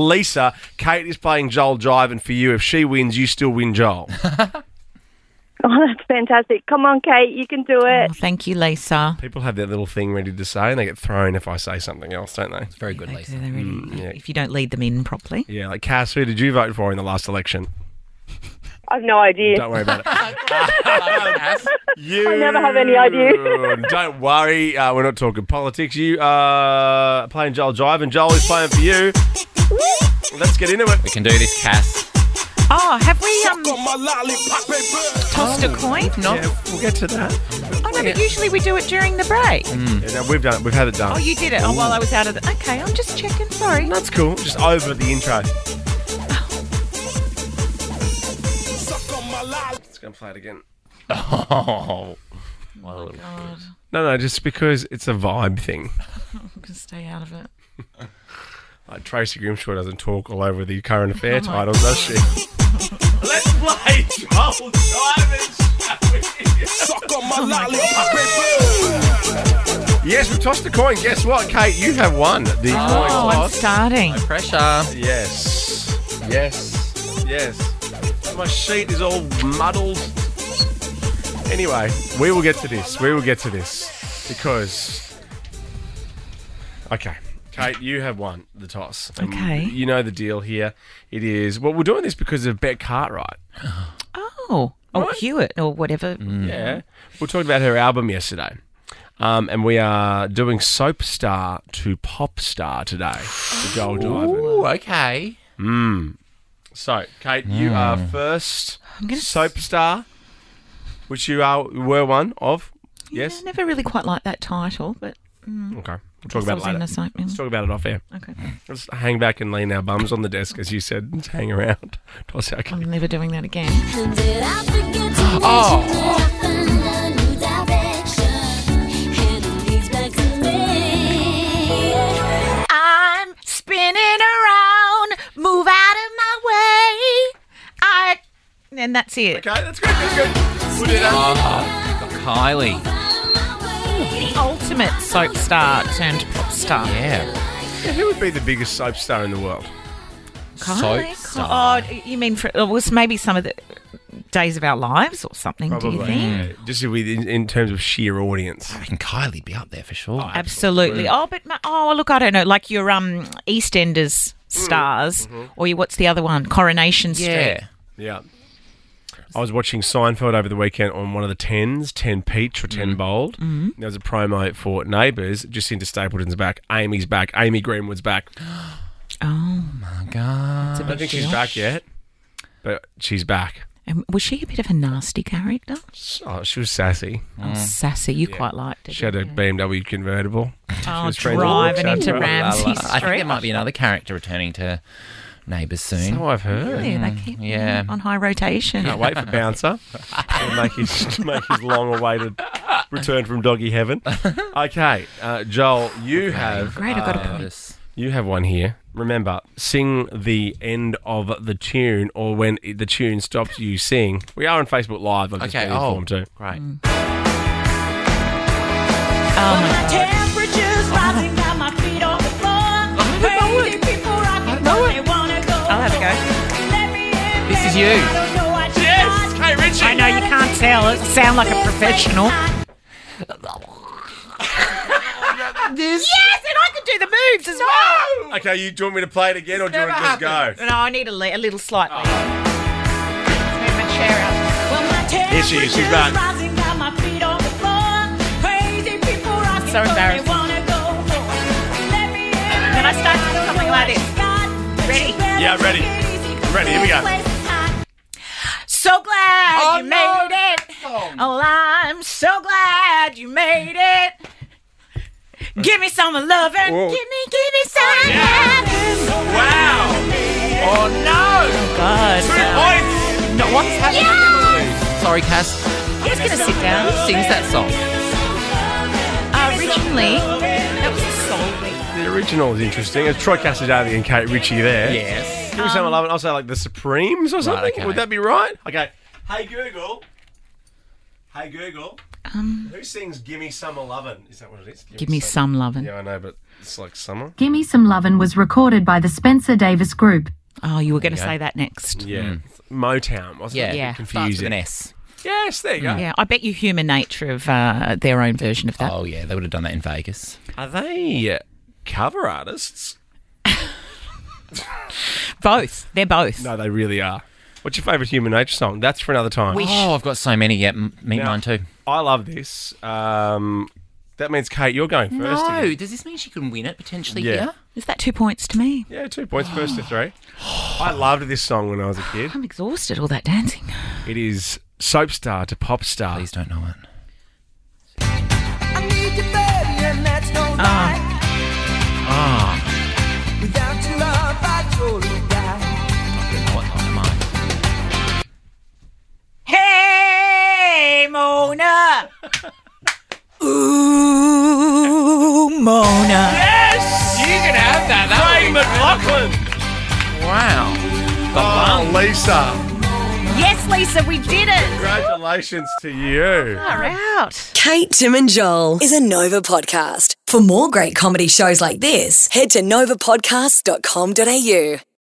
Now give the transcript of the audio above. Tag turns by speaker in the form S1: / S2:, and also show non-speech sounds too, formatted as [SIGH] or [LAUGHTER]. S1: Lisa, Kate is playing Joel Jive, and for you, if she wins, you still win Joel. [LAUGHS]
S2: Oh, that's fantastic. Come on, Kate, you can do it.
S3: Well, Oh, thank you, Lisa.
S1: People have their little thing ready to say, and they get thrown if I say something else, don't they?
S4: Very good,
S3: They do,
S4: Lisa.
S3: they really-
S1: yeah.
S3: If you don't lead them in properly.
S1: Yeah, like Cass, who did you vote for in the last election?
S2: I've no idea.
S1: Don't worry [LAUGHS] about it. You
S2: I never have any idea.
S1: [LAUGHS] don't worry, uh, we're not talking politics. You are playing Joel Jive, and Joel is playing for you. Let's get into it.
S4: We can do this, Cass.
S3: Oh, have we um, tossed a coin? No.
S1: Yeah, we'll get to that.
S3: Oh, no, but usually we do it during the break.
S1: Yeah, no, we've done it. We've had it done.
S3: Oh, you did it oh, while I was out of the. Okay, I'm just checking. Sorry.
S1: That's cool. Just over the intro. Just gonna play it again.
S4: Oh, my little bit.
S1: No, no, just because it's a vibe thing.
S3: I'm going to stay out of it.
S1: Like Tracy Grimshaw doesn't talk all over the current affair titles, does she? Let's play Joel Yes, we tossed the coin. Guess what, Kate? You have won the
S3: Oh,
S1: coin
S3: I'm
S1: toss.
S3: starting.
S4: pressure.
S1: Yes. Yes. Yes. My sheet is all muddled. Anyway, we will get to this. We will get to this. Because. Okay. Kate, you have won the toss. And
S3: Okay.
S1: You know the deal here. It is. Well, we're doing this because of Bet Cartwright.
S3: Oh. Or Hewitt or whatever.
S1: Yeah. We talked about her album yesterday. Um, and we are doing Soap Star to Pop Star today. The Joel Diver.
S4: Ooh, okay.
S1: So, Kate, you are first
S3: gonna
S1: soap star, which you are were one of.
S3: I
S1: Yes.
S3: never really quite liked that title, but
S1: Okay. We'll talk
S3: I
S1: about it
S3: was in
S1: later.
S3: the same-
S1: Let's talk about it off air.
S3: okay.
S1: Let's hang back and lean our bums on the desk, as you said. Just hang around. [LAUGHS] Toss our
S3: I'm
S1: cake.
S3: never doing that again.
S5: Oh.
S3: I'm spinning around. Move out of my way. I. And that's it.
S1: Okay, that's good. That's good. We'll do that.
S4: Kylie.
S3: The ultimate soap star turned pop star.
S4: Yeah.
S1: Yeah, who would be the biggest soap star in the world?
S3: Kylie
S4: Soap
S3: Ky-
S4: star.
S3: Oh, you mean for, well, was maybe some of the days of our lives or something, do you
S1: Probably.
S3: think?
S1: Yeah, Just if we, in, in terms of sheer audience.
S4: I reckon Kylie be up there for sure.
S3: Absolutely. Oh, but my, oh, look, I don't know. Like your um
S1: Mm.
S3: EastEnders stars,
S1: Mm-hmm.
S3: or your what's the other one? Coronation Street.
S4: yeah.
S1: Yeah. I was watching Seinfeld over the weekend on one of the tens, ten Peach or
S3: Mm.
S1: ten Bold. Mm-hmm. There was a promo for Neighbours, just into Stapleton's back. Amy's back. Amy Greenwood's back.
S3: Oh,
S4: God.
S1: I don't think she's
S3: deal.
S1: back yet, but she's back.
S3: and was she a bit of a nasty character?
S1: Oh, she was sassy.
S3: Oh, sassy. You quite liked it.
S1: She had a BMW convertible.
S3: Oh,
S1: was friends with
S3: driving
S1: Chad
S3: into
S1: Brown.
S3: Ramsey
S4: I think there
S3: Street.
S4: might be another character returning to Neighbours soon.
S1: Oh, I've heard.
S3: Yeah, they keep
S4: Yeah.
S3: on high rotation.
S1: Can't wait for Bouncer to make his, [LAUGHS] to make his long-awaited return from doggy
S3: [LAUGHS]
S1: heaven. Okay, uh, Joel, you have
S3: Great, I got
S4: Uh,
S3: a point.
S4: Neighbours.
S1: You have one here. Remember, sing the end of the tune, or when it- the tune stops, you sing. We are on Facebook Live. I've just
S4: Okay,
S1: been
S4: oh.
S1: informed too.
S4: Great.
S3: I'll have a go.
S4: This is you.
S5: Yes, Kate Ritchie.
S3: I know you can't tell. It sound like a professional.
S4: This
S3: Yes, and I could do the moves as well.
S1: Okay, you do you want me to play it again, or do you want to just go?
S3: No, I need a, le- a little slight. lead. Move my chair out.
S5: Here she is. She's back.
S3: So embarrassing. Can I start with something like this? Ready?
S5: Yeah, ready. Ready, here we go.
S3: So glad you made it. Oh, I'm so glad you made it. Give me some loving. Give
S1: Whoa.
S3: me, give me some.
S1: Wow!
S4: Oh
S3: God.
S4: no! No, what's happening? Sorry, Cass.
S3: Who's going to sit down?
S4: Who sings that song?
S3: originally, that was a soul lead.
S1: The original is interesting. It's Troy Cassidy and Kate Ritchie there.
S4: Yes.
S1: Give me some love, and I'll say like the Supremes or something.
S4: okay.
S1: Would that be right? Okay. Hey Google. Hey Google.
S3: Um,
S1: Who sings Gimme Summer Lovin'? Is that what it is?
S3: give me some lovin'.
S1: Yeah, I know, but it's like summer.
S6: Gimme Some Lovin' was recorded by the Spencer Davis Group.
S3: Oh, you were going to say that next.
S1: Yeah. Motown, wasn't
S4: Yeah,
S1: it?
S3: Yeah.
S4: Starts with an
S1: Confusing.
S4: S. Mm.
S1: Yes, there you go.
S3: Yeah, I bet you human nature of uh, their own version of that.
S4: Oh yeah, they would have done that in Vegas.
S1: Are they uh, cover artists?
S3: Both. They're both.
S1: No, they really are. What's your favourite Human Nature song? That's for another time.
S4: Oh, I've got so many. Yeah, m- meet
S1: Now,
S4: mine too.
S1: I love this. Um, that means Kate, you're going first.
S4: No,
S1: again.
S4: does this mean she can win it potentially
S1: Yeah.
S4: here?
S3: Is that two points to me?
S1: Yeah, two points first to three. I loved this song when I was a kid.
S3: I'm exhausted, all that dancing.
S1: It is soap star to pop star.
S4: Please don't know it. Ah, I don't know what line am I?
S3: Hey, Mona. Ooh, Mona.
S1: Yes, you can have that. Craig McLaughlin.
S4: Wow.
S1: Oh, Lisa,
S3: Yes, Lisa, we did it.
S1: congratulations to you.
S3: We're out.
S7: Kate, Tim, and Joel is a Nova podcast. For more great comedy shows like this, head to novapodcast.com.au.